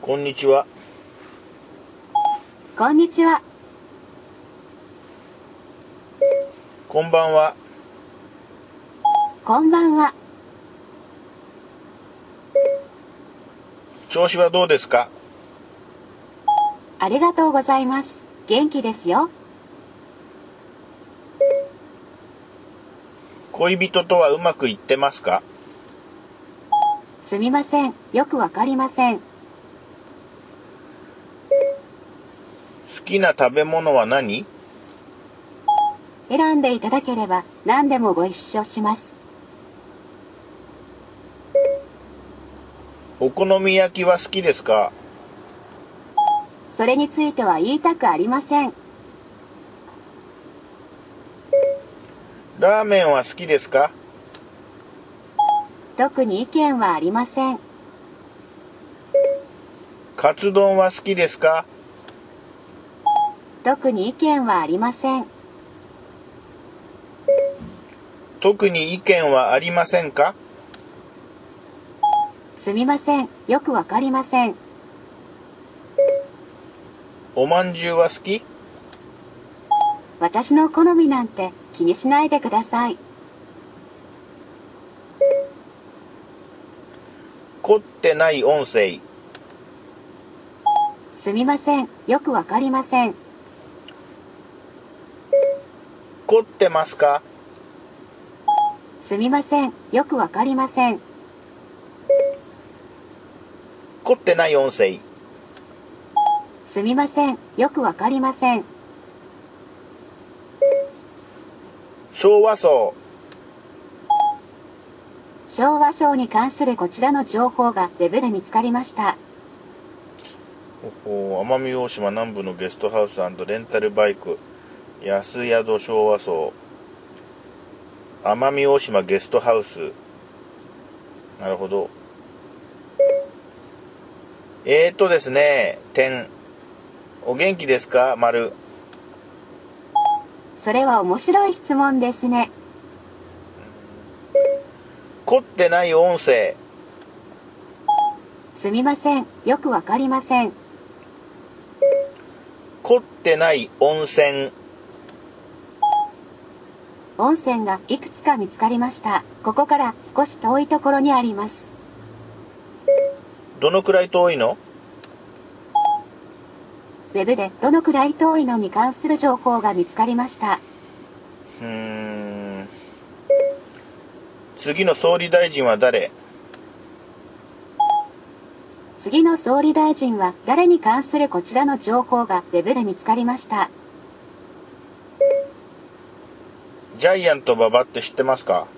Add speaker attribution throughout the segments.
Speaker 1: こんにちは。
Speaker 2: こんにちは。
Speaker 1: こんばんは。
Speaker 2: こんばんは。
Speaker 1: 調子はどうですか
Speaker 2: ありがとうございます。元気ですよ。
Speaker 1: 恋人とはうまくいってますか
Speaker 2: すみません。よくわかりません。
Speaker 1: 好きな食べ物は何
Speaker 2: 選んでいただければ何でもご一緒します。
Speaker 1: お好み焼きは好きですか
Speaker 2: それについては言いたくありません。
Speaker 1: ラーメンは好きですか
Speaker 2: 特に意見はありません。
Speaker 1: カツ丼は好きですか
Speaker 2: 特に意見はありません。
Speaker 1: 特に意見はありませんか
Speaker 2: すみません。よくわかりません。
Speaker 1: おまんじゅうは好き
Speaker 2: 私の好みなんて気にしないでください。
Speaker 1: 凝ってない音声。
Speaker 2: すみません。よくわかりません。
Speaker 1: 凝ってますか
Speaker 2: すみません。よくわかりません。
Speaker 1: 凝ってない音声。
Speaker 2: すみません。よくわかりません。
Speaker 1: 昭和層。
Speaker 2: 昭和賞に関するこちらの情報がウェブで見つかりました。
Speaker 1: お奄美大島南部のゲストハウスレンタルバイク安宿昭和荘奄美大島ゲストハウスなるほどえーとですね点お元気ですか丸
Speaker 2: それは面白い質問ですね。
Speaker 1: 凝ってない音声
Speaker 2: すみません。よくわかりません。
Speaker 1: 凝ってない温泉
Speaker 2: 温泉がいくつか見つかりました。ここから少し遠いところにあります。
Speaker 1: どのくらい遠いの
Speaker 2: ウェブでどのくらい遠いのに関する情報が見つかりました。
Speaker 1: うーん次の総理大臣は誰
Speaker 2: 次の総理大臣は誰に関するこちらの情報がウェブで見つかりました。
Speaker 1: ジャイアント馬場って知ってますか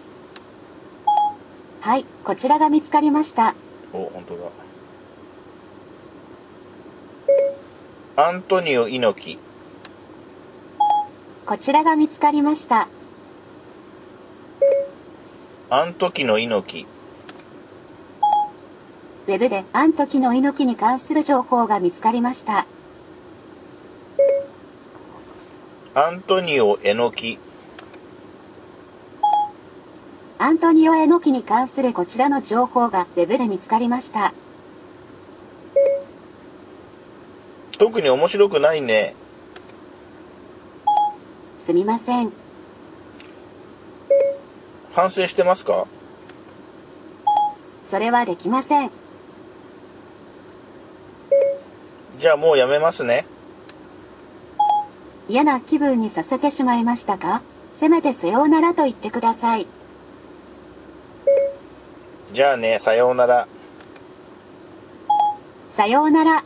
Speaker 2: はい、こちらが見つかりました。
Speaker 1: お、本当だ。アントニオ猪木。
Speaker 2: こちらが見つかりました。
Speaker 1: アントキの猪木。
Speaker 2: ウェブでアントキの猪木に関する情報が見つかりました。
Speaker 1: アントニオ猪木。
Speaker 2: アントニオ猪木に関するこちらの情報がウェブで見つかりました。
Speaker 1: 特に面白くないね。
Speaker 2: すみません。
Speaker 1: 反省してますか
Speaker 2: それはできません。
Speaker 1: じゃあもうやめますね。
Speaker 2: 嫌な気分にさせてしまいましたかせめてさようならと言ってください。
Speaker 1: じゃあね、さようなら。
Speaker 2: さようなら。